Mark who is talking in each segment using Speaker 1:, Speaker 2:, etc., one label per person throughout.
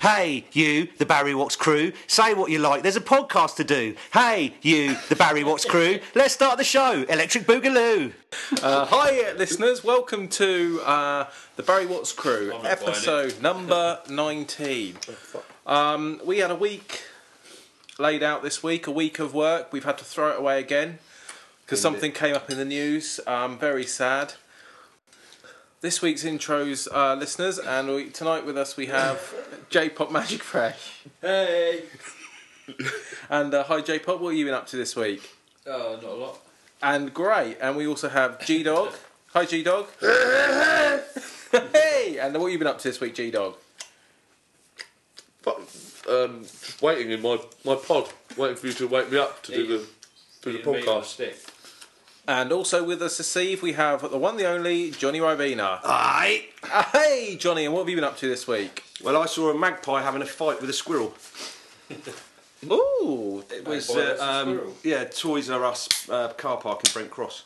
Speaker 1: Hey, you, the Barry Watts crew, say what you like. There's a podcast to do. Hey, you, the Barry Watts crew, let's start the show. Electric Boogaloo.
Speaker 2: Uh, hi, listeners. Welcome to uh, the Barry Watts Crew,
Speaker 3: I'm not buying
Speaker 2: episode number 19. Um, we had a week laid out this week, a week of work. We've had to throw it away again because something came up in the news. Um, very sad. This week's intros, uh, listeners, and we, tonight with us we have J Pop Magic Fresh.
Speaker 3: Hey!
Speaker 2: And uh, hi, J Pop, what have you been up to this week?
Speaker 3: Oh, not a lot.
Speaker 2: and great. And we also have G Dog. Hi, G Dog. hey, and what have you been up to this week, G Dog?
Speaker 4: But, um, just waiting in my, my pod, waiting for you to wake me up to do the do the
Speaker 3: You and me on a
Speaker 4: podcast.
Speaker 3: stick.
Speaker 2: And also with us this eve, we have the one, the only Johnny Ribena.
Speaker 1: Ah.
Speaker 5: Aye.
Speaker 2: hey, Johnny, and what have you been up to this week?
Speaker 5: Well, I saw a magpie having a fight with a squirrel.
Speaker 2: Ooh,
Speaker 5: It was
Speaker 3: Magpie
Speaker 5: uh,
Speaker 3: versus
Speaker 5: um,
Speaker 3: squirrel.
Speaker 5: yeah, Toys R Us uh, car park in Brent Cross.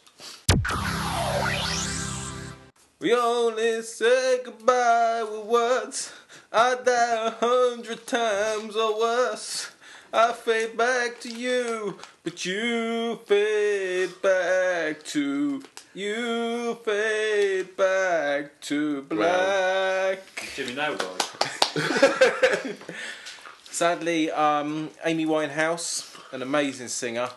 Speaker 2: we only say goodbye with words. I die a hundred times or worse. I fade back to you, but you fade back to. You fade back to black.
Speaker 3: Jimmy Nail died.
Speaker 2: Sadly, um, Amy Winehouse, an amazing singer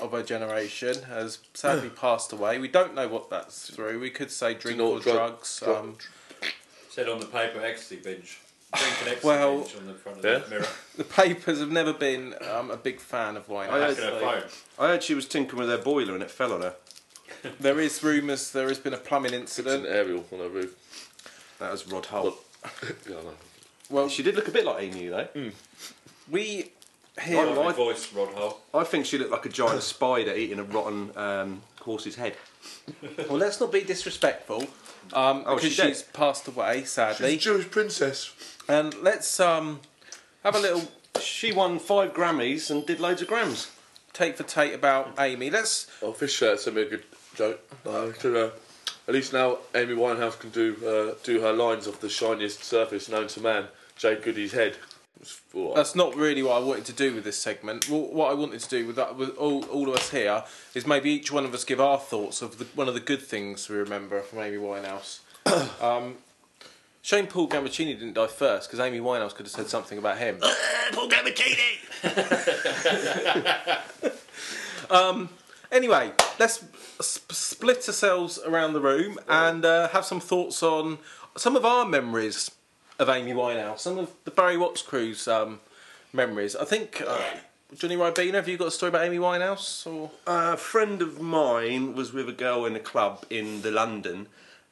Speaker 2: of her generation, has sadly passed away. We don't know what that's through. We could say drink
Speaker 4: know
Speaker 2: or
Speaker 4: what drug-
Speaker 2: drugs.
Speaker 4: drug-
Speaker 2: um,
Speaker 3: Said on the paper, ecstasy binge. Drink an ecstasy
Speaker 2: Well-
Speaker 3: binge on the front of
Speaker 4: Yeah.
Speaker 3: the mirror.
Speaker 2: the papers have never been um, a big fan of Winehouse.
Speaker 3: Back in her phone.
Speaker 5: I heard she was tinkering with her boiler and it fell on her.
Speaker 2: There is rumours there has been a plumbing
Speaker 4: It's an
Speaker 2: incident.
Speaker 4: aerial on a roof.
Speaker 5: That was Rod Hull.
Speaker 4: Yeah, I know.
Speaker 2: Well,
Speaker 5: She did look a bit like Amy, though.
Speaker 2: we
Speaker 5: I
Speaker 2: hear
Speaker 3: Lovely
Speaker 5: like-
Speaker 3: voice, Rod Hull.
Speaker 5: I think she looked like a giant spider eating a rotten um, horse's head.
Speaker 2: well. Let's not be disrespectful um,
Speaker 5: Oh,
Speaker 2: because
Speaker 5: she's dead.
Speaker 2: she's passed away sadly.
Speaker 4: Jewish princess.
Speaker 2: And let's um, have a little
Speaker 5: She won five Grammys and did loads of grams.
Speaker 2: take for take about Amy. Let's
Speaker 4: Oh, fish shirt sent me a good joke. Uh, to, uh, at least now Amy Winehouse can do uh, do her lines off the shiniest surface known to man, Jay Goody's head. It's- oh,
Speaker 2: That's not really what I wanted to do with this segment. Wh- What I wanted to do with that, with all, all of us here, is maybe each one of us give our thoughts of the, one of the good things we remember from Amy Winehouse. um, Shane Paul Gambaccini didn't die first because Amy Winehouse could have said something about him.
Speaker 1: Uh, Paul Gambatini.
Speaker 2: Anyway, let's sp- split ourselves around the room and uh, have some thoughts on some of our memories of Amy Winehouse, some of the Barry Watts crew's um, memories. I think uh, Johnny Ribena, have you got a story about Amy Winehouse or?
Speaker 5: A friend of mine was with a girl in a club in the London,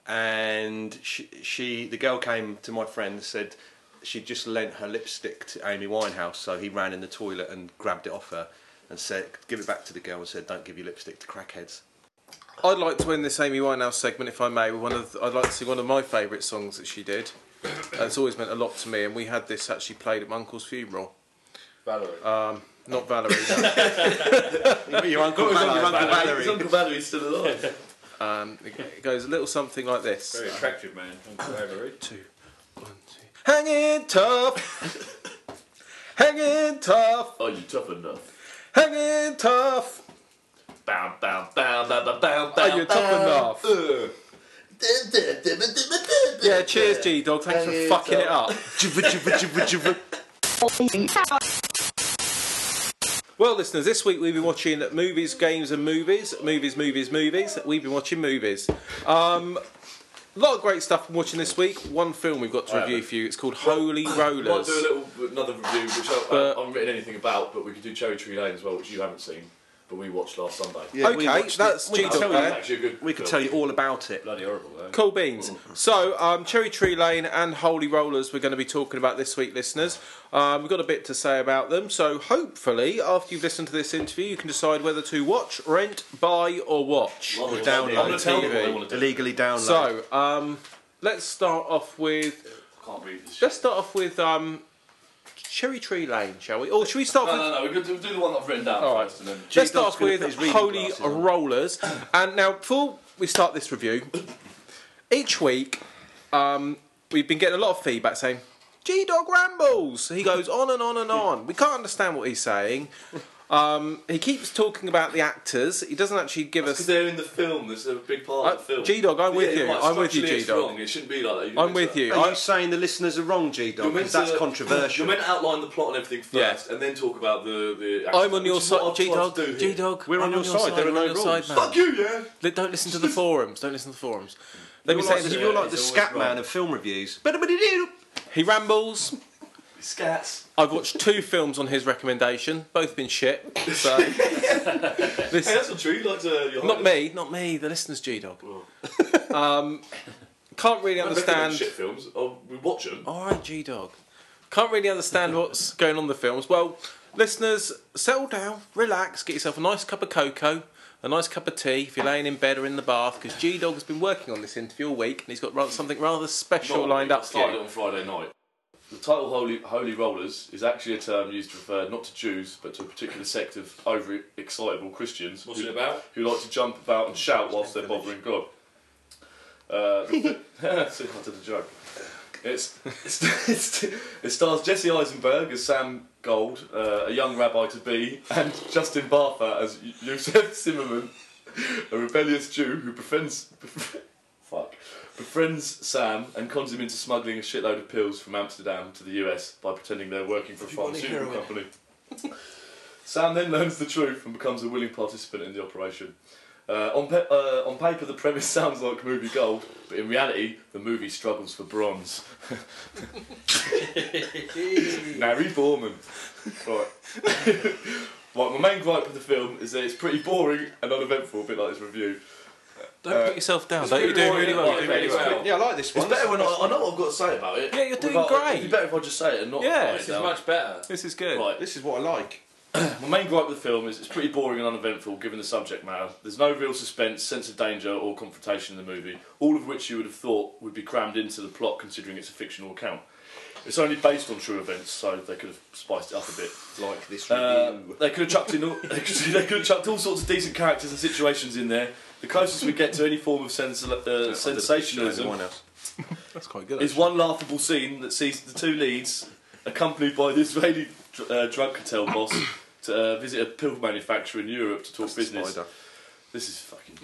Speaker 5: and she, she the girl came to my friend and said she just lent her lipstick to Amy Winehouse, so he ran in the toilet and grabbed it off her and said, "Give it back to the girl," and said, "Don't give your lipstick to crackheads."
Speaker 2: I'd like to end this Amy Winehouse segment, if I may, with one of I'd like to sing one of my favourite songs that she did. Uh, it's always meant a lot to me, and we had this actually played at my uncle's funeral.
Speaker 3: Valerie.
Speaker 5: Uh,
Speaker 2: Not Valerie. no.
Speaker 5: your uncle,
Speaker 4: His Uncle Valerie's still alive.
Speaker 2: um, it goes a little something like this.
Speaker 3: Very attractive man, Uncle Valerie.
Speaker 2: two, one, two. Hanging tough, hanging tough,
Speaker 4: Are you tough enough?
Speaker 2: hanging tough.
Speaker 4: Bow, bow, bow, bow, bow, bow, bow.
Speaker 2: Are you tough enough? Yeah, cheers, G Dog. Thanks for fucking it up. Well, listeners, this week we've been watching movies, games, and movies. Movies, movies, movies. We've been watching movies. Um, a lot of great stuff I'm watching this week. One film we've got to review for you. It's called Holy
Speaker 4: Might
Speaker 2: Rollers.
Speaker 4: do a little another review, which I,
Speaker 2: But-
Speaker 4: uh, I haven't written anything about, but we could do Cherry Tree Lane as well, which you haven't seen, but we watched last Sunday.
Speaker 5: Yeah, we
Speaker 2: okay,
Speaker 5: watched it.
Speaker 2: that's
Speaker 5: We
Speaker 2: G
Speaker 5: can
Speaker 2: Dog
Speaker 5: tell you
Speaker 4: That was
Speaker 2: there.
Speaker 4: actually a good.
Speaker 5: We
Speaker 4: film.
Speaker 5: could tell you all about it.
Speaker 3: Bloody horrible, though.
Speaker 2: Cool beans. So, um, Cherry Tree Lane and Holy Rollers, we're going to be talking about this week, listeners. Um, we've got a bit to say about them. So, hopefully, after you've listened to this interview, you can decide whether to watch, rent, buy, or watch.
Speaker 4: Or
Speaker 5: download
Speaker 4: I'm gonna tell them what they
Speaker 2: TV.
Speaker 4: wanna do.
Speaker 5: Illegally download.
Speaker 2: So, um, let's start off with
Speaker 4: Can't read this.
Speaker 2: Let's start off with um, Cherry Tree Lane, shall we? Or should we start
Speaker 4: No,
Speaker 2: with?
Speaker 4: no, no. We could do do the one that I've written down
Speaker 2: All
Speaker 4: first, and then
Speaker 2: Let's
Speaker 5: Uh, G-Dog's
Speaker 2: start off
Speaker 5: gonna
Speaker 2: with
Speaker 5: put his reading
Speaker 2: Holy
Speaker 5: glasses on.
Speaker 2: Rollers. and now, before we start this review, each week um, we've been getting a lot of feedback saying, G Dog rambles. He goes on and on and on. We can't understand what he's saying. Um, he keeps talking about the actors. He doesn't actually give
Speaker 4: Because
Speaker 2: us.
Speaker 4: they're in the film. That's a big part of the film.
Speaker 2: G Dog, Uh, I'm with
Speaker 4: Yeah,
Speaker 2: you.
Speaker 4: like,
Speaker 2: I'm with you,
Speaker 4: structurally
Speaker 2: G
Speaker 4: it's
Speaker 2: Dog.
Speaker 4: wrong. It shouldn't be like that. You're
Speaker 2: I'm
Speaker 4: meant
Speaker 2: with
Speaker 4: to-
Speaker 2: you.
Speaker 5: Are
Speaker 2: I-
Speaker 5: you saying the listeners are wrong, G Dog?
Speaker 4: You're meant
Speaker 5: Because that's
Speaker 4: to-
Speaker 5: controversial.
Speaker 4: You're meant to outline the plot and everything first, and then talk about the the.
Speaker 2: I'm on
Speaker 4: which
Speaker 2: your
Speaker 4: is what
Speaker 2: side,
Speaker 4: I've tried
Speaker 2: G Dog.
Speaker 4: to do here.
Speaker 2: G Dog,
Speaker 5: We're on your side, there are no rules.
Speaker 2: man.
Speaker 4: Fuck you, yeah.
Speaker 2: Li- Don't listen to the forums. Don't listen to the forums. Let me
Speaker 5: you're
Speaker 2: say
Speaker 5: like,
Speaker 2: this.
Speaker 5: the-
Speaker 2: You're
Speaker 5: you're like
Speaker 2: like
Speaker 5: the
Speaker 4: it's
Speaker 5: scat
Speaker 4: always
Speaker 5: man
Speaker 4: wrong.
Speaker 5: of film reviews.
Speaker 2: he rambles.
Speaker 4: Scats.
Speaker 2: I've watched two films on his recommendation. Both been shit. So
Speaker 4: Hey,
Speaker 2: this,
Speaker 4: that's not true. uh, You like to. You're
Speaker 2: not me, not me. The listeners, G Dog.
Speaker 4: Oh.
Speaker 2: Um, can't really
Speaker 4: I understand. Shit
Speaker 2: understand.
Speaker 4: films. Oh, we watch them.
Speaker 2: All right, G Dog. Can't really understand what's going on in the films. Well, listeners, settle down, relax, get yourself a nice cup of cocoa, a nice cup of tea if you're laying in bed or in the bath, because G Dog has been working on this interview all week and he's got ra- something rather special
Speaker 3: Not
Speaker 2: lined up for
Speaker 3: started
Speaker 2: you.
Speaker 3: it
Speaker 4: On Friday night.
Speaker 3: The title Holy, Holy Rollers is actually a term used to refer not to Jews but to a particular sect of overly excitable Christians
Speaker 4: What's
Speaker 3: who,
Speaker 4: it about?
Speaker 3: who like to jump about and shout whilst they're bothering God. Uh, see, I did a joke. It's, it's, it's, it stars Jesse Eisenberg as Sam Gold, uh, a young rabbi to be, and Justin Bartha as Y- Yosef Zimmerman, a rebellious Jew who befriends. Fuck. Befriends Sam and cons him into smuggling a shitload of pills from Amsterdam to the US by pretending they're working for a
Speaker 4: want any
Speaker 3: pharmaceutical
Speaker 4: heroin?
Speaker 3: company. Sam then learns the truth and becomes a willing participant in the operation. Uh, on, pe- uh, on paper, the premise sounds like movie gold, but in reality, the movie struggles for bronze. Larry Borman. Right. right, my main gripe with the film is that it's pretty boring and uneventful, a bit like this review.
Speaker 2: Don't put yourself down,
Speaker 4: it's
Speaker 2: though. You're
Speaker 4: pretty
Speaker 2: doing
Speaker 4: boring,
Speaker 2: really well. You're
Speaker 4: it's
Speaker 2: doing really
Speaker 4: pretty
Speaker 2: well.
Speaker 4: well.
Speaker 5: Yeah, I like this
Speaker 3: It's
Speaker 5: one.
Speaker 3: better when I, I know what I've got to say about it.
Speaker 2: Yeah, you're doing
Speaker 3: without-
Speaker 2: great.
Speaker 3: It'd be better if I just say it and not.
Speaker 2: Yeah.
Speaker 3: write it
Speaker 4: This is
Speaker 3: down.
Speaker 4: much better.
Speaker 2: This is good.
Speaker 3: Right.
Speaker 5: This is what I like.
Speaker 3: My main gripe with the film is it's pretty boring and uneventful given the subject matter. There's no real suspense, sense of danger, or confrontation in the movie, all of which you would have thought would be crammed into the plot considering it's a fictional account. It's only based on true events, so they could have spiced it up a bit.
Speaker 5: Like this
Speaker 3: Uh,
Speaker 5: review.
Speaker 3: they could have chucked in all, they could they could have chucked all sorts of decent characters and situations in there. The closest we get to any form of sens- uh, sensationalism
Speaker 5: Anyone else?
Speaker 2: That's quite good.
Speaker 3: is one laughable scene that sees the two leads, accompanied by the Israeli dr- uh, drug cartel boss, to uh, visit a pill manufacturer in Europe to talk business.
Speaker 5: Spider.
Speaker 3: This is fucking.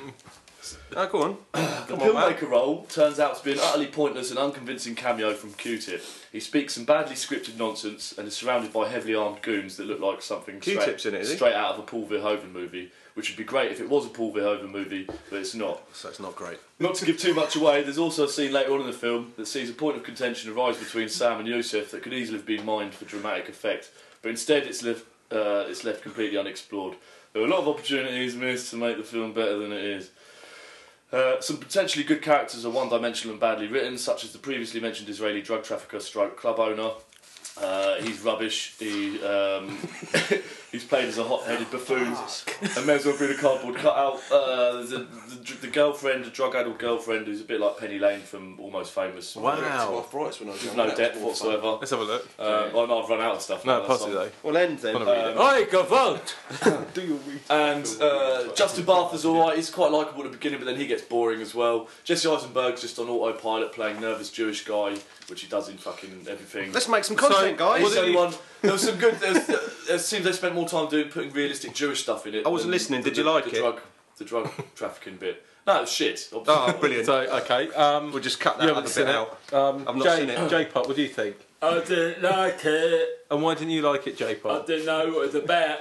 Speaker 5: Oh, go on.
Speaker 3: The
Speaker 5: on, man.
Speaker 3: pillmaker role turns out to be an utterly pointless and unconvincing cameo from Q-Tip. He speaks some badly scripted nonsense and is surrounded by heavily armed goons that look like something straight-
Speaker 5: Q-Tip's in it, is he?
Speaker 3: straight out of a Paul Verhoeven movie, which would be great if it was a Paul Verhoeven movie, but it's not.
Speaker 5: So it's not great.
Speaker 3: Not to give too much away, there's also a scene later on in the film that sees a point of contention arise between Sam and Yusuf that could easily have been mined for dramatic effect, but instead it's left, uh, it's left completely unexplored. There are a lot of opportunities missed to make the film better than it is. Uh, some potentially good characters are one dimensional and badly written, such as the previously mentioned Israeli drug trafficker stroke club owner. Uh, he's rubbish. He, um, he's played as a hot headed buffoon. And may as well been a cardboard cutout. Uh, there's a- the, the, the girlfriend, a drug addled girlfriend, who's a bit like Penny Lane from Almost Famous.
Speaker 2: Wow.
Speaker 5: rights when I was
Speaker 3: There's
Speaker 5: young.
Speaker 3: no
Speaker 5: That
Speaker 3: depth
Speaker 5: was more fun.
Speaker 3: whatsoever.
Speaker 2: Let's have a look.
Speaker 3: Uh, oh, no, I've run out of stuff.
Speaker 2: No,
Speaker 3: now,
Speaker 2: possibly
Speaker 3: that's
Speaker 2: though.
Speaker 5: Well, uh, end then.
Speaker 2: Wanna read it?
Speaker 3: Um,
Speaker 2: I got vote.
Speaker 5: do your read.
Speaker 3: And uh, Justin Bartha's alright, he's quite likeable at the beginning, but then he gets boring as well. Jesse Eisenberg's just on autopilot playing nervous Jewish guy, which he does in fucking everything.
Speaker 5: Let's make some content, guys.
Speaker 3: He's the only one- there was some good. There, was, there seems they spent more time doing putting realistic Jewish stuff in it.
Speaker 5: I wasn't
Speaker 3: than
Speaker 5: listening,
Speaker 3: the-
Speaker 5: did you
Speaker 3: the-
Speaker 5: like
Speaker 3: the
Speaker 5: it?
Speaker 3: Drug, the drug trafficking bit. No, it was shit. obviously.
Speaker 5: Oh, brilliant.
Speaker 2: So, okay. Um,
Speaker 5: We'll just cut
Speaker 2: you
Speaker 5: that
Speaker 2: haven't
Speaker 5: other bit
Speaker 2: seen
Speaker 5: out.
Speaker 2: it. Um,
Speaker 5: I've not
Speaker 2: J-
Speaker 5: seen it.
Speaker 2: J-pop, what do you think?
Speaker 4: I didn't like it.
Speaker 2: And why didn't you like it, J-pop?
Speaker 4: I didn't know what it was about.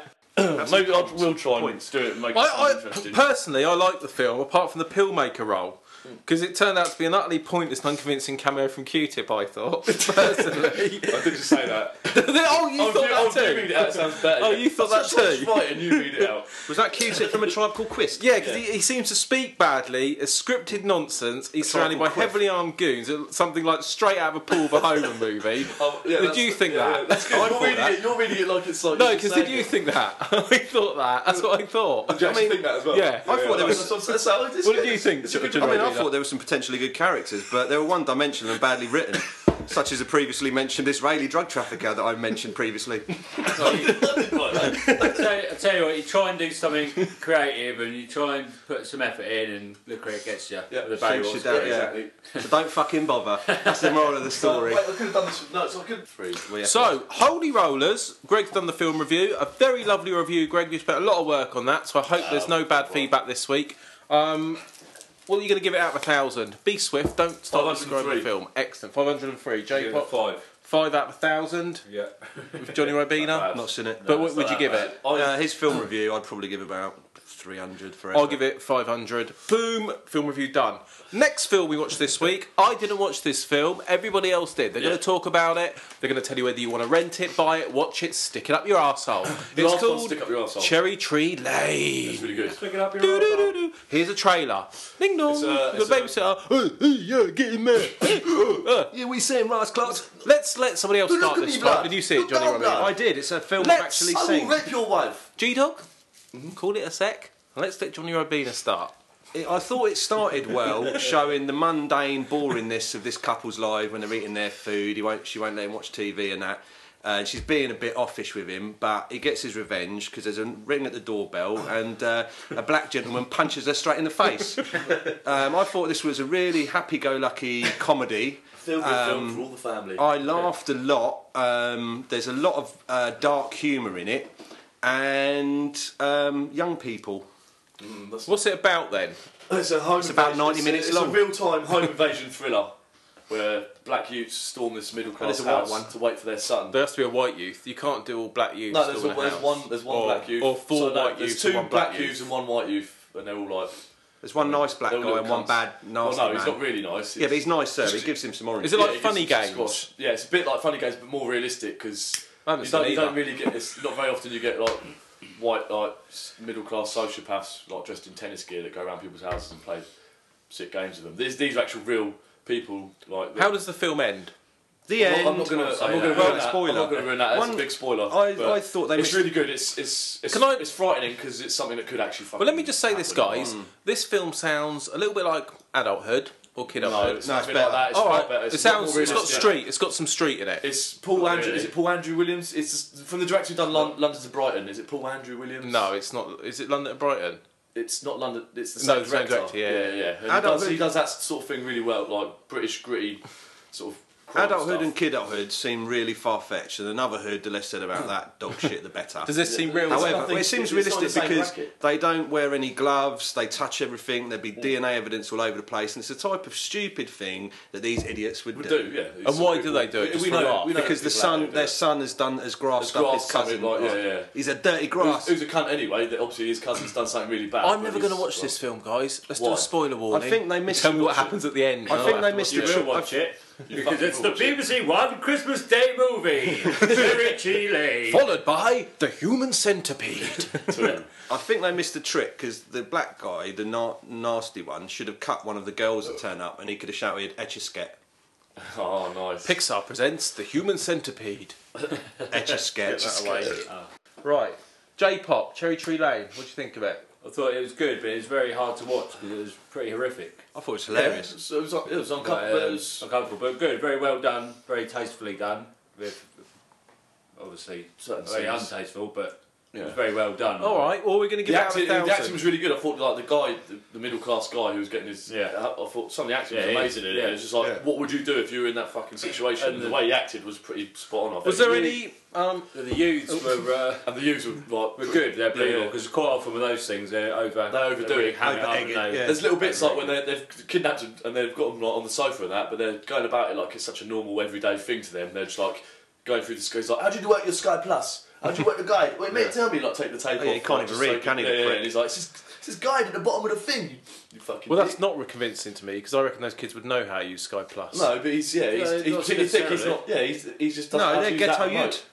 Speaker 3: Maybe I will try and do it and make it sound
Speaker 2: I, I
Speaker 3: interesting.
Speaker 2: personally, I like the film apart from the pillmaker role because it turned out to be an utterly pointless and unconvincing cameo from Q-Tip. I thought personally.
Speaker 3: I did just say that.
Speaker 2: oh, you
Speaker 3: I'll do- I'll
Speaker 2: thought
Speaker 3: do
Speaker 2: that
Speaker 3: read
Speaker 2: too.
Speaker 3: it out, it sounds better.
Speaker 2: Oh, you thought
Speaker 3: I
Speaker 2: that
Speaker 3: said, "George,
Speaker 2: too?"
Speaker 3: Write and you read it out.
Speaker 5: Was that Q-tip from a tribe called Quist?
Speaker 2: Yeah, because he, he seems to speak badly, it's scripted nonsense. He's surrounded by
Speaker 3: Quiff.
Speaker 2: heavily armed goons, uh, something like straight out of a Paul Verhoeven movie.
Speaker 3: Oh, yeah,
Speaker 2: did
Speaker 3: that's-
Speaker 2: you think
Speaker 3: yeah,
Speaker 2: that?
Speaker 3: yeah, that's good.
Speaker 2: I
Speaker 3: You're
Speaker 2: thought
Speaker 3: reading,
Speaker 2: that.
Speaker 3: it, you're reading it like it's like.
Speaker 2: No,
Speaker 3: you're
Speaker 2: because
Speaker 3: saying
Speaker 2: did you
Speaker 3: it.
Speaker 2: think that? I thought that. That's what I thought.
Speaker 3: Did you
Speaker 2: I
Speaker 3: actually
Speaker 2: mean,
Speaker 3: think that as well?
Speaker 2: yeah. I thought there
Speaker 5: was-
Speaker 3: that's What I'm saying. So it's
Speaker 2: What did
Speaker 3: good.
Speaker 2: you think?
Speaker 3: It's a good
Speaker 2: General
Speaker 5: I mean, I
Speaker 2: Reader?
Speaker 5: thought there were some potentially good characters, but they were one-dimensional and badly written. such as a previously mentioned Israeli drug trafficker that I mentioned previously.
Speaker 3: uh, I tell, you, I tell you what, you try and do something creative, and you try and put some effort in, and look where it gets you.
Speaker 4: Yeah,
Speaker 3: with the Barry
Speaker 5: shakes
Speaker 3: Watts
Speaker 5: you down,
Speaker 3: crew.
Speaker 5: yeah. so don't fucking bother. That's the moral of the story.
Speaker 4: Wait, I could have done this with notes. I could. Three.
Speaker 5: We have-
Speaker 2: So, Holy Rollers, Greg's done the film review. A very lovely review, Greg. You've spent a lot of work on that, so I hope there's no bad feedback this week. Um, what are you going to give it out of a thousand? Be swift, don't start describing the
Speaker 4: 503.
Speaker 2: film. Excellent. 503.
Speaker 3: Give it a
Speaker 2: J-Pop,
Speaker 3: five.
Speaker 2: five out of a thousand
Speaker 3: Yeah.
Speaker 2: with Johnny Robina.
Speaker 5: Not seen it.
Speaker 2: But
Speaker 4: No,
Speaker 2: what
Speaker 4: it's
Speaker 2: would
Speaker 4: not
Speaker 2: you give
Speaker 4: that bad.
Speaker 2: it?
Speaker 5: Uh, his film review, I'd probably give about 300 for
Speaker 2: I'll give it 500. Boom, film review done. Next film we watched this week. I didn't watch this film. Everybody else did. They're going
Speaker 4: Yeah.
Speaker 2: to talk about it. They're going to tell you whether you want to rent it, buy it, watch it, stick it up your arsehole.
Speaker 4: Last
Speaker 2: it's
Speaker 4: one,
Speaker 2: called
Speaker 4: stick up your arsehole.
Speaker 2: Cherry Tree Lane.
Speaker 4: It's really good.
Speaker 3: Pick it up your arse.
Speaker 2: Do-do-do-do. Here's a trailer. Ding dong.
Speaker 4: It's a-
Speaker 2: the
Speaker 4: it's a-
Speaker 2: babysitter. Oh, oh, yeah, get in there. Uh,
Speaker 5: Yeah, we see him, Rice Clarks.
Speaker 2: Let's let somebody else
Speaker 4: Look
Speaker 2: start
Speaker 4: at me,
Speaker 2: this.
Speaker 4: blood.
Speaker 2: Right? Did you see it,
Speaker 4: Look
Speaker 2: Johnny?
Speaker 4: down,
Speaker 2: Romero?
Speaker 4: blood.
Speaker 2: I did. It's a film I've
Speaker 4: Let's-
Speaker 2: actually
Speaker 4: I will
Speaker 2: seen.
Speaker 4: rape your wife.
Speaker 2: G Dog, call it a sec. Let's let Johnny Robina start.
Speaker 5: It, I thought it started well, showing the mundane boringness of this couple's life when they're eating their food. He won't, she won't let him watch TV and that. Uh, she's being a bit offish with him, but he gets his revenge because there's a ring at the doorbell and uh, a black gentleman punches her straight in the face. Um, I thought this was a really happy-go-lucky comedy.
Speaker 4: Feel good film for all the family.
Speaker 5: I laughed a lot. Um, there's a lot of uh, dark humour in it, and um, young people.
Speaker 4: Mm, that's-
Speaker 2: What's it about then?
Speaker 4: It's a home.
Speaker 5: It's about
Speaker 4: invasion-
Speaker 5: 90
Speaker 4: it's a-
Speaker 5: minutes
Speaker 4: it's
Speaker 5: long.
Speaker 4: a real-time home invasion thriller where black youths storm this middle-class
Speaker 5: And it's a white
Speaker 4: house
Speaker 5: one.
Speaker 4: to wait for their son.
Speaker 2: There has to be a white youth. You can't do all black youths.
Speaker 4: no, there's,
Speaker 2: all in
Speaker 4: a,
Speaker 2: a
Speaker 4: there's
Speaker 2: house.
Speaker 4: one. There's one
Speaker 2: or,
Speaker 4: black youth.
Speaker 2: Or four
Speaker 4: So, no,
Speaker 2: white
Speaker 4: there's
Speaker 2: youths.
Speaker 4: two
Speaker 2: and one
Speaker 4: black
Speaker 2: black
Speaker 4: youths and one white youth, and they're all like.
Speaker 5: There's one nice black
Speaker 4: they're all
Speaker 5: guy
Speaker 4: little
Speaker 5: and one
Speaker 4: cunts.
Speaker 5: bad nasty
Speaker 4: Well, no,
Speaker 5: man.
Speaker 4: he's not really nice.
Speaker 5: Yeah, but he's nice, sir. He
Speaker 4: Just-
Speaker 5: gives him some orange.
Speaker 2: Is it like
Speaker 4: he
Speaker 2: Funny
Speaker 4: gives them some
Speaker 2: Games?
Speaker 4: squash. Yeah, it's a bit like funny games, but more realistic because
Speaker 2: I
Speaker 4: you
Speaker 2: haven't seen
Speaker 4: don't, you
Speaker 2: either.
Speaker 4: don't really get. It's not very often you get like white, like middle class sociopaths, like dressed in tennis gear that go around people's houses and play sick games with them. These these are actual real people. Like
Speaker 2: How does the film end?
Speaker 5: the um,
Speaker 4: I'm
Speaker 5: end.
Speaker 4: not- I'm not gonna. I'm not gonna
Speaker 5: Well,
Speaker 4: ruin that.
Speaker 5: spoiler.
Speaker 4: I'm not gonna ruin that. That's
Speaker 5: One-
Speaker 4: a big spoiler.
Speaker 5: I-
Speaker 4: but
Speaker 5: I thought they
Speaker 4: It's
Speaker 5: missed-
Speaker 4: really good. It's it's it's,
Speaker 2: Can I-
Speaker 4: it's frightening because it's something that could actually.
Speaker 2: Well, let me just say this,
Speaker 4: happen.
Speaker 2: guys. This film sounds a little bit like adulthood or
Speaker 4: No,
Speaker 2: kidulthood.
Speaker 4: it's,
Speaker 5: No,
Speaker 4: no, it's
Speaker 5: it's
Speaker 4: better.
Speaker 5: better.
Speaker 4: Like that. It's
Speaker 2: all
Speaker 4: far
Speaker 2: right,
Speaker 4: better.
Speaker 2: it
Speaker 4: It's
Speaker 2: sounds.
Speaker 4: more
Speaker 2: It's got
Speaker 4: realistic.
Speaker 2: street. It's got some street in it.
Speaker 4: It's Paul
Speaker 2: Not
Speaker 4: Andrew.
Speaker 2: really.
Speaker 4: Is it Paul Andrew Williams? It's from the director who done Lon- London to Brighton. Is it Paul Andrew Williams?
Speaker 2: no, it's not. Is it London to Brighton?
Speaker 4: it's not London. It's the same
Speaker 2: No, the same
Speaker 4: director.
Speaker 2: director, yeah, yeah.
Speaker 4: yeah. yeah. And
Speaker 5: Adult
Speaker 4: he, does,
Speaker 5: Hood-
Speaker 4: he does that sort of thing really well, like British gritty sort of. crime stuff.
Speaker 5: Adulthood and kidulthood seem really far fetched, and another hood, the less said
Speaker 4: Hmm.
Speaker 5: about that dog shit, the better.
Speaker 2: Does this seem real?
Speaker 5: However,
Speaker 4: nothing-
Speaker 5: it
Speaker 4: it's
Speaker 5: seems
Speaker 4: not in the
Speaker 5: realistic
Speaker 4: same
Speaker 5: because
Speaker 4: bracket.
Speaker 5: they don't wear any gloves, they touch everything, there'd be
Speaker 4: Hmm.
Speaker 5: DNA evidence all over the place, and it's the type of stupid thing that these idiots would,
Speaker 4: We do, yeah. It's
Speaker 2: And why
Speaker 4: sort of-
Speaker 2: do they do it?
Speaker 4: We-
Speaker 2: Just
Speaker 4: We
Speaker 2: for
Speaker 4: know,
Speaker 2: laugh?
Speaker 4: we know
Speaker 5: Because the
Speaker 4: people out
Speaker 5: son,
Speaker 4: there do
Speaker 5: their
Speaker 4: it.
Speaker 5: son has done has grasped
Speaker 4: Has
Speaker 5: up his
Speaker 4: grasped something
Speaker 5: cousin.
Speaker 4: like- yeah, yeah.
Speaker 5: He's a dirty
Speaker 4: Who's,
Speaker 5: grass.
Speaker 4: who's a cunt anyway? That obviously his cousin's done something really bad.
Speaker 2: I'm
Speaker 4: but
Speaker 2: never
Speaker 4: he's-
Speaker 2: going to watch
Speaker 4: well,
Speaker 2: this film, guys. Let's do
Speaker 4: Why?
Speaker 2: a spoiler warning.
Speaker 5: think they
Speaker 2: And
Speaker 5: missed
Speaker 2: Tell me
Speaker 5: the
Speaker 2: what
Speaker 5: trick.
Speaker 2: happens at the end.
Speaker 5: I think they missed
Speaker 3: You
Speaker 5: the
Speaker 3: should
Speaker 5: trick.
Speaker 3: watch it
Speaker 4: you
Speaker 3: because
Speaker 4: fucking
Speaker 3: it's the
Speaker 4: watch it.
Speaker 3: BBC One Christmas Day movie. Cherry Tree Lane.
Speaker 2: Followed by the Human Centipede.
Speaker 4: Two.
Speaker 5: I think they missed the trick because the black guy, the na- nasty one, should have cut one of the girls that turn up, and he could have shouted "Etchisket,
Speaker 4: Oh, nice.
Speaker 2: Pixar presents the Human Centipede.
Speaker 5: Etchisket."
Speaker 4: Etch-a-Sket.
Speaker 2: Right, J-pop, Cherry Tree Lane. What do you think of it?
Speaker 3: I thought it was good, but it was very hard to watch because it was pretty horrific.
Speaker 5: I thought it was
Speaker 4: Yeah,
Speaker 5: hilarious.
Speaker 4: so it was, it was
Speaker 3: But,
Speaker 4: uncomfortable. it
Speaker 3: um,
Speaker 4: was,
Speaker 3: uncomfortable, but good. Very well done. Very tastefully done. With obviously
Speaker 4: Certain
Speaker 3: very
Speaker 4: scenes.
Speaker 3: untasteful, but it was
Speaker 4: Yeah.
Speaker 3: very well done.
Speaker 2: All right, well we're going to give
Speaker 4: The
Speaker 2: it out
Speaker 4: acting,
Speaker 2: of
Speaker 4: the
Speaker 2: a
Speaker 4: acting
Speaker 2: thousand.
Speaker 4: was really good. I thought like the guy, the, the middle class guy who was getting his.
Speaker 3: Yeah.
Speaker 4: I, I thought some of the acting
Speaker 3: Yeah,
Speaker 4: was
Speaker 3: he-
Speaker 4: amazing. in it.
Speaker 3: yeah.
Speaker 4: It was just like,
Speaker 5: Yeah.
Speaker 4: what would you do if you were in that fucking situation? And the, way he acted was pretty spot on. I think.
Speaker 2: Was there any? Um,
Speaker 3: The youths were uh,
Speaker 4: And the use of like
Speaker 3: were good. They're
Speaker 4: Yeah.
Speaker 3: brutal because quite often with those things they're over.
Speaker 4: They overdo
Speaker 3: really
Speaker 4: it.
Speaker 3: hang it up
Speaker 5: Over-egg
Speaker 3: and
Speaker 5: it,
Speaker 3: they-
Speaker 5: yeah.
Speaker 4: There's little bits like when they're, they've kidnapped him and they've got him like on the sofa and that, but they're going about it like it's such a normal everyday thing to them. They're just like going through the sky. He's like, "How do you work your Sky Plus? How do you work the guide? Wait, mate, tell me." Like, take the tape
Speaker 5: Oh,
Speaker 4: off.
Speaker 5: yeah, he can't
Speaker 4: like,
Speaker 5: even
Speaker 4: just
Speaker 5: read,
Speaker 4: take-
Speaker 5: can he,
Speaker 4: Yeah,
Speaker 5: the
Speaker 4: yeah,
Speaker 5: prick?
Speaker 4: and he's like, "It's just- it's this guide at the bottom of the thing." You, you fucking.
Speaker 2: well, that's
Speaker 4: dick."
Speaker 2: not convincing to me because I reckon those kids would know how to use Sky Plus.
Speaker 4: No, but he's yeah, he's,
Speaker 3: No,
Speaker 4: he's,
Speaker 3: not
Speaker 4: he's, thick, he's
Speaker 3: necessarily.
Speaker 4: not. Yeah, he's, he's just doesn't
Speaker 5: No,
Speaker 4: know how
Speaker 5: they're
Speaker 4: to use that
Speaker 5: ghetto
Speaker 4: remote.
Speaker 5: youth.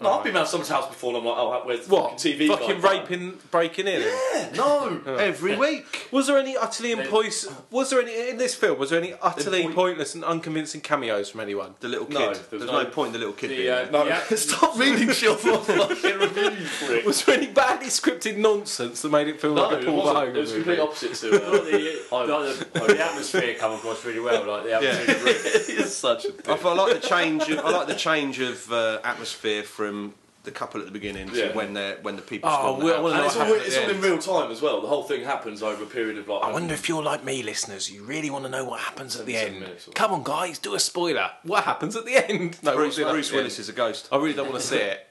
Speaker 4: No, I've been around someone's house before, and I'm like, oh, where's the
Speaker 5: What?
Speaker 4: fucking TV?
Speaker 5: fucking
Speaker 4: guy?
Speaker 5: raping, breaking in.
Speaker 4: Yeah, no.
Speaker 5: Every week. Was there any utterly
Speaker 3: They-
Speaker 5: impois- Was there any in this film? Was there any utterly
Speaker 4: point-
Speaker 5: pointless and unconvincing cameos from anyone? The little kid.
Speaker 4: No,
Speaker 5: there was,
Speaker 4: there was
Speaker 5: no,
Speaker 4: no-
Speaker 5: point in the little kid. being
Speaker 3: The,
Speaker 5: there.
Speaker 3: uh,
Speaker 4: No,
Speaker 3: yeah.
Speaker 4: stop reading Shilford's fucking review, you prick.
Speaker 5: was there any badly scripted nonsense that made it feel
Speaker 4: No,
Speaker 5: like
Speaker 4: it,
Speaker 5: a Paul
Speaker 4: wasn't.
Speaker 5: Verhoeven
Speaker 4: it was
Speaker 5: movie?
Speaker 4: complete opposite to. Uh,
Speaker 3: Like the, like the, the atmosphere come across really well, like the atmosphere of the room.
Speaker 4: it's such a.
Speaker 5: I, feel- I like the change. Of, I like the change of uh, atmosphere from the couple at the beginning to
Speaker 4: Yeah.
Speaker 5: when they when the people.
Speaker 2: Oh,
Speaker 5: storm the
Speaker 2: we- I
Speaker 5: house.
Speaker 2: wanna know
Speaker 4: And it's
Speaker 2: what
Speaker 4: all,
Speaker 2: happened at
Speaker 4: it's
Speaker 2: the
Speaker 4: all in
Speaker 2: end.
Speaker 4: real time as well. The whole thing happens over a period of like.
Speaker 2: I wonder if you're like me, listeners. You really want to know what happens at the
Speaker 4: Seven
Speaker 2: end.
Speaker 4: minutes or-
Speaker 2: Come on, guys, do a spoiler. What happens at the end? No,
Speaker 5: Bruce,
Speaker 2: we'll do that Oh.
Speaker 5: Bruce
Speaker 2: at the end.
Speaker 5: Willis is a ghost.
Speaker 2: I really don't want to see it.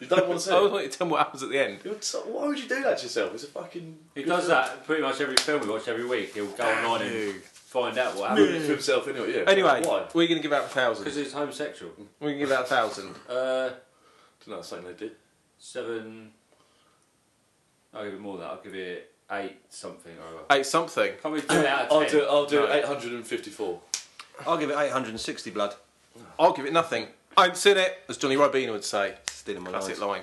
Speaker 4: You don't want
Speaker 2: I
Speaker 4: to see
Speaker 2: don't
Speaker 4: it.
Speaker 2: want you to tell me what happens at the end.
Speaker 4: You're so- Why would you do that to yourself? It's a fucking.
Speaker 3: He does that pretty much every film we watch every week. He'll go online and find out what
Speaker 4: Doing
Speaker 3: happened
Speaker 4: it to himself anyway. Yeah.
Speaker 5: Anyway,
Speaker 4: why?
Speaker 5: we're going to give out a thousand.
Speaker 3: because he's homosexual.
Speaker 5: We're going to give out a thousand.
Speaker 3: Uh,
Speaker 4: No, it's something they did.
Speaker 3: seven. I'll give it more than that. I'll give it eight something. Or other.
Speaker 2: Eight something.
Speaker 3: Can we do it out
Speaker 4: I'll
Speaker 3: of
Speaker 4: do.
Speaker 3: ten?
Speaker 4: I'll do
Speaker 2: No.
Speaker 4: 854.
Speaker 5: I'll give it 860 blood.
Speaker 2: I'll give it nothing. I ain't seen it, as Johnny Robina would say.
Speaker 5: Stealing my
Speaker 2: Classic line.
Speaker 5: lines.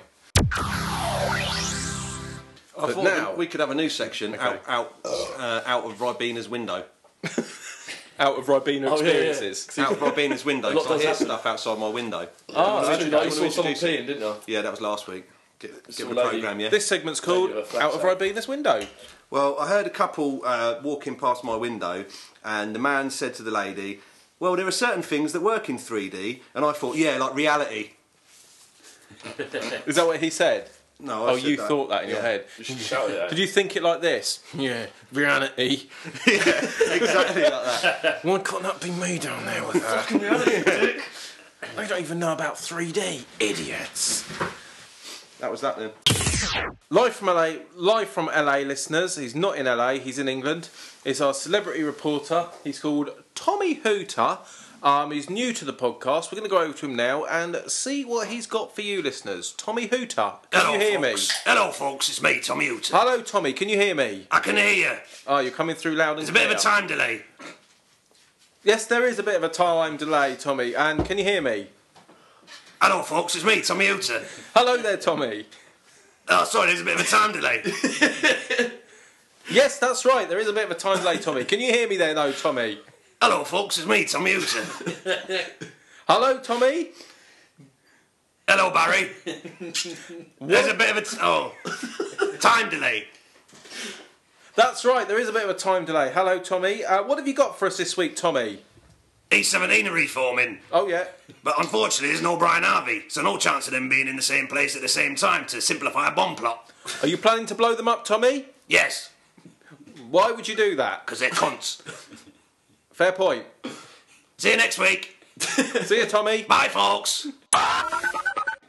Speaker 5: I
Speaker 2: But
Speaker 5: thought
Speaker 2: now-
Speaker 5: we- we could have a new section out out uh, out of Ribina's window.
Speaker 2: Out of Ribena
Speaker 4: Oh, yeah, yeah.
Speaker 2: experiences.
Speaker 5: Out of Ribina's window.
Speaker 4: lot
Speaker 5: 'cause I
Speaker 4: does
Speaker 5: hear
Speaker 4: happen.
Speaker 5: stuff outside my window.
Speaker 4: Oh, I,
Speaker 5: I
Speaker 4: I
Speaker 5: wanna
Speaker 4: saw someone
Speaker 5: introduce
Speaker 4: peeing, didn't I?
Speaker 5: Yeah, that was last week. Get, get with
Speaker 4: all
Speaker 5: the
Speaker 4: over
Speaker 5: program, yeah.
Speaker 2: This segment's called
Speaker 4: Don't give a
Speaker 2: Out
Speaker 4: flap's
Speaker 2: of
Speaker 4: out.
Speaker 2: Ribina's Window.
Speaker 5: Well, I heard a couple uh, walking past my window, and the man said to the lady, "Well, there are certain things that work in 3D," and I thought, "Yeah, like reality."
Speaker 2: Is that what he said?
Speaker 5: No, I
Speaker 2: Oh,
Speaker 5: said
Speaker 2: you thought that in your
Speaker 5: Yeah.
Speaker 2: head.
Speaker 4: You should shout it out.
Speaker 2: Did you think it like this? Yeah, reality.
Speaker 5: exactly like that.
Speaker 2: Why can't that be me down there with her? Fucking I don't even know about 3D, idiots.
Speaker 5: That was that then.
Speaker 2: Live from LA, live from LA, listeners. He's not in LA. He's in England. It's our celebrity reporter. He's called Tommy Hooter. Um, he's new to the podcast. We're going to go over to him now and see what he's got for you, listeners. Tommy Hooter, can you hear me?
Speaker 1: Hello, folks. It's me, Tommy Hooter.
Speaker 2: Hello, Tommy. Can you hear me?
Speaker 1: I can hear you.
Speaker 2: Oh, you're coming through loud and
Speaker 1: There's a bit of a
Speaker 2: clear.
Speaker 1: time delay.
Speaker 2: Yes, there is a bit of a time delay, Tommy. And can you hear me?
Speaker 1: Hello, folks. It's me, Tommy Hooter.
Speaker 2: Hello there, Tommy.
Speaker 1: Oh, sorry. There's a bit of a time delay.
Speaker 2: Yes, that's right. There is a bit of a time delay, Tommy. Can you hear me there, though, Tommy?
Speaker 1: Hello, folks. It's me, Tommy Hooter.
Speaker 2: Hello, Tommy.
Speaker 1: Hello, Barry. There's a bit of a t- oh time delay.
Speaker 2: That's right. There is a bit of a time delay. Hello, Tommy. Uh, what have you got for us this week, Tommy?
Speaker 1: E17 E are reforming,
Speaker 2: Oh yeah.
Speaker 1: but unfortunately, there's no Brian Harvey, so no chance of them being in the same place at the same time to simplify a bomb plot.
Speaker 2: Are you planning to blow them up, Tommy?
Speaker 1: Yes,
Speaker 2: Why would you do that?
Speaker 1: because they're cunts.
Speaker 2: Fair point.
Speaker 1: See you next week.
Speaker 2: See you, Tommy.
Speaker 1: Bye, folks.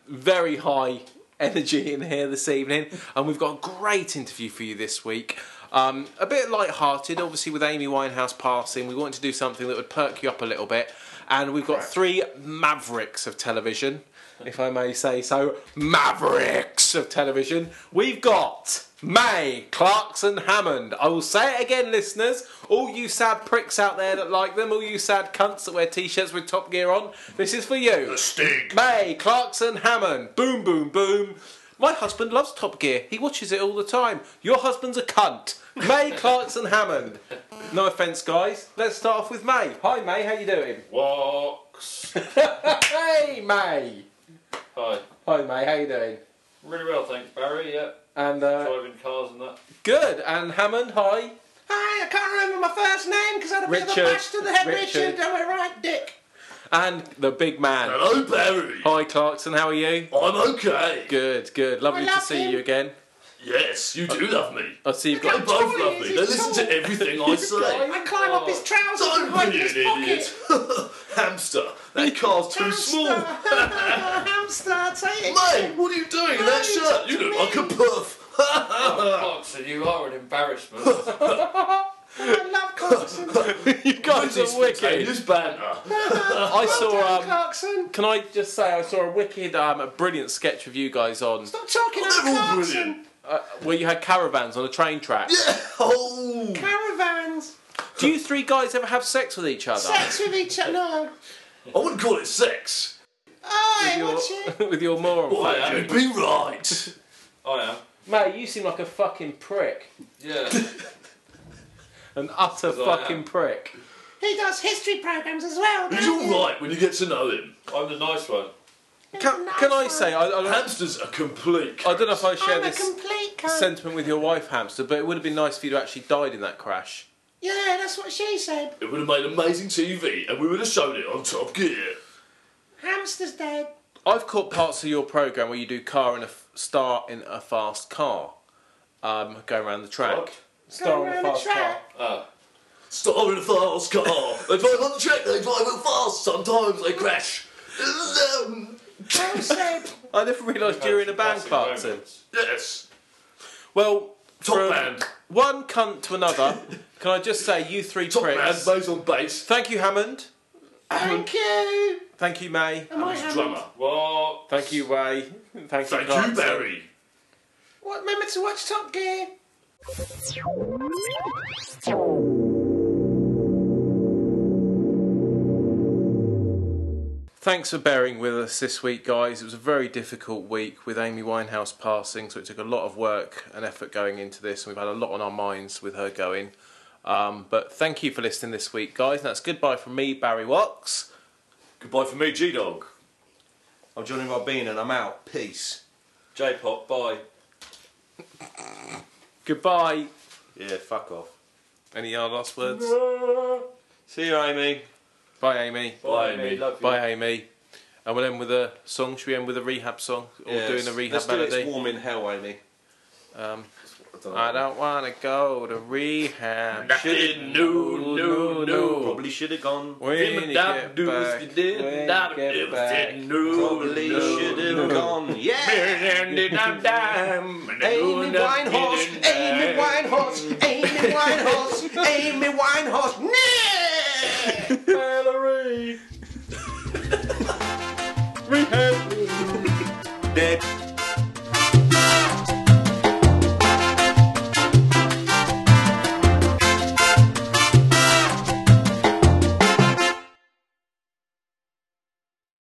Speaker 2: Very high energy in here this evening, and we've got a great interview for you this week. Um, a bit light-hearted, obviously, with Amy Winehouse passing. We wanted to do something that would perk you up a little bit, and we've got three mavericks of television, if I may say so. Mavericks of television. We've got May, Clarkson, Hammond. I will say it again, listeners. All you sad pricks out there that like them, all you sad cunts that wear t-shirts with Top Gear on, this is for you.
Speaker 1: The Stig.
Speaker 2: May, Clarkson, Hammond. Boom, boom, boom. My husband loves Top Gear. He watches it all the time. Your husband's a cunt. May Clarkson Hammond. No offence, guys. Let's start off with May. Hi, May. How you doing?
Speaker 4: Walks.
Speaker 2: Hey, May.
Speaker 4: Hi.
Speaker 2: Hi, May. How you doing?
Speaker 4: Really well, thanks, Barry. Yeah.
Speaker 2: And uh,
Speaker 4: Driving cars and that.
Speaker 2: good. And Hammond. Hi.
Speaker 5: Hi, I can't remember my first name because I had a bit
Speaker 2: Richard.
Speaker 5: of a bash to the head.
Speaker 2: Richard.
Speaker 5: Richard, am I right, Dick?
Speaker 2: And the big man.
Speaker 4: Hello, Barry.
Speaker 2: Hi, Clarkson. How are you?
Speaker 4: I'm okay.
Speaker 2: Good, good. Lovely to
Speaker 5: love
Speaker 2: see
Speaker 5: him.
Speaker 2: you again.
Speaker 4: Yes, you do love me.
Speaker 2: I see you've got.
Speaker 4: They both
Speaker 5: Tommy,
Speaker 4: love
Speaker 5: is
Speaker 4: me.
Speaker 5: he
Speaker 4: They listen to
Speaker 5: tall?
Speaker 4: everything I say.
Speaker 5: I climb up his trousers and
Speaker 4: Oh. Don't
Speaker 5: hide
Speaker 4: be
Speaker 5: in his
Speaker 4: an
Speaker 5: pocket.
Speaker 4: idiot. Hamster, that car's too small.
Speaker 5: Hamster, hamster, take it.
Speaker 4: Mate, what are you doing in that
Speaker 5: Mate,
Speaker 4: shirt? You look like a puff.
Speaker 3: Clarkson, you are an embarrassment.
Speaker 5: I love Clarkson.
Speaker 2: You guys are wicked.
Speaker 4: This banter.
Speaker 2: I saw. Um,
Speaker 5: Clarkson.
Speaker 2: Can I just say I saw a wicked, um, a brilliant sketch of you guys on
Speaker 5: Stop talking
Speaker 4: They're
Speaker 5: about
Speaker 4: all
Speaker 5: Clarkson.
Speaker 4: brilliant.
Speaker 2: where you had caravans on a train track.
Speaker 4: Oh,
Speaker 5: Caravans.
Speaker 2: Do you three guys ever have sex with each other?
Speaker 5: Sex with each other. No.
Speaker 4: I wouldn't call it sex.
Speaker 5: I
Speaker 2: With
Speaker 5: would
Speaker 2: your- with your moron.
Speaker 4: Why I'd be right. I know.
Speaker 2: Mate, you seem like a fucking prick.
Speaker 4: Yeah.
Speaker 2: An utter
Speaker 4: I
Speaker 2: fucking
Speaker 4: am.
Speaker 2: prick.
Speaker 6: He does history programs as well.
Speaker 4: He's
Speaker 6: doesn't
Speaker 4: all right when you get to know him. I'm the nice one.
Speaker 2: Can, can I say, I, I, don't,
Speaker 4: Hamsters are complete.
Speaker 2: I don't know if I
Speaker 6: he?
Speaker 2: share
Speaker 6: I'm a
Speaker 2: this
Speaker 6: complete cunt.
Speaker 2: sentiment with your wife, Hamster, but it would have been nice if you'd actually died in that crash.
Speaker 6: yeah, that's what she said.
Speaker 4: It would have made amazing TV, and we would have shown it on Top Gear.
Speaker 6: Hamster's dead.
Speaker 2: I've caught parts of your program where you do car in a f- star in a fast car, um, going around the track.
Speaker 4: What?
Speaker 2: Star
Speaker 6: Going
Speaker 2: in a
Speaker 6: round the
Speaker 2: fast car.
Speaker 6: track.
Speaker 4: Star in a fast car. they drive on the track. They drive real fast. Sometimes they crash. Um,
Speaker 6: Well said.
Speaker 2: I never realised you were in a band, Clarkson.
Speaker 4: yes.
Speaker 2: Well,
Speaker 4: Top
Speaker 2: from
Speaker 4: band.
Speaker 2: one cunt to another, can I just say, you three
Speaker 4: Top band.
Speaker 2: pricks.
Speaker 4: Bass on bass.
Speaker 2: Thank you, Hammond.
Speaker 6: Thank you.
Speaker 2: Thank you, May.
Speaker 6: Am I Hammond?
Speaker 4: Drummer. What?
Speaker 2: Thank you, Way. Thank you,
Speaker 4: Thank you,
Speaker 2: Clarkson.
Speaker 4: Barry.
Speaker 6: What? Remember to watch Top Gear.
Speaker 2: Thanks for bearing with us this week, guys. It was a very difficult week with Amy Winehouse passing, so it took a lot of work and effort going into this, and we've had a lot on our minds with her going. Um, but thank you for listening this week, guys. And that's goodbye from me, Barry Watts.
Speaker 4: Goodbye from me, G Dog.
Speaker 5: I'm Johnny Robin and I'm out. Peace.
Speaker 4: J Pop. Bye.
Speaker 2: Goodbye.
Speaker 5: Yeah, fuck off.
Speaker 2: Any other last words?
Speaker 5: See you, Amy.
Speaker 2: Bye, Amy.
Speaker 4: Bye, me.
Speaker 2: Bye, Amy. And we'll end with a song. Should we end with a rehab song? Or
Speaker 5: Yeah,
Speaker 2: doing a
Speaker 5: let's-
Speaker 2: rehab
Speaker 5: let's do
Speaker 2: melody?
Speaker 5: it. It's warm in hell, Amy.
Speaker 2: Um,
Speaker 5: don't
Speaker 2: I don't want to go to rehab.
Speaker 4: No, no, no.
Speaker 5: Probably should have gone.
Speaker 2: When
Speaker 4: Didn't
Speaker 2: you
Speaker 4: that
Speaker 2: get
Speaker 4: do
Speaker 2: back,
Speaker 4: this, did
Speaker 2: when you
Speaker 4: that
Speaker 2: get
Speaker 4: do this,
Speaker 2: back.
Speaker 4: did no,
Speaker 5: Probably
Speaker 4: no,
Speaker 5: should have gone. Yeah.
Speaker 4: Amy
Speaker 5: Amy Winehouse. Amy Winehouse. Amy Winehouse. Amy Winehouse. Nah!
Speaker 4: Mallory.
Speaker 1: Dead.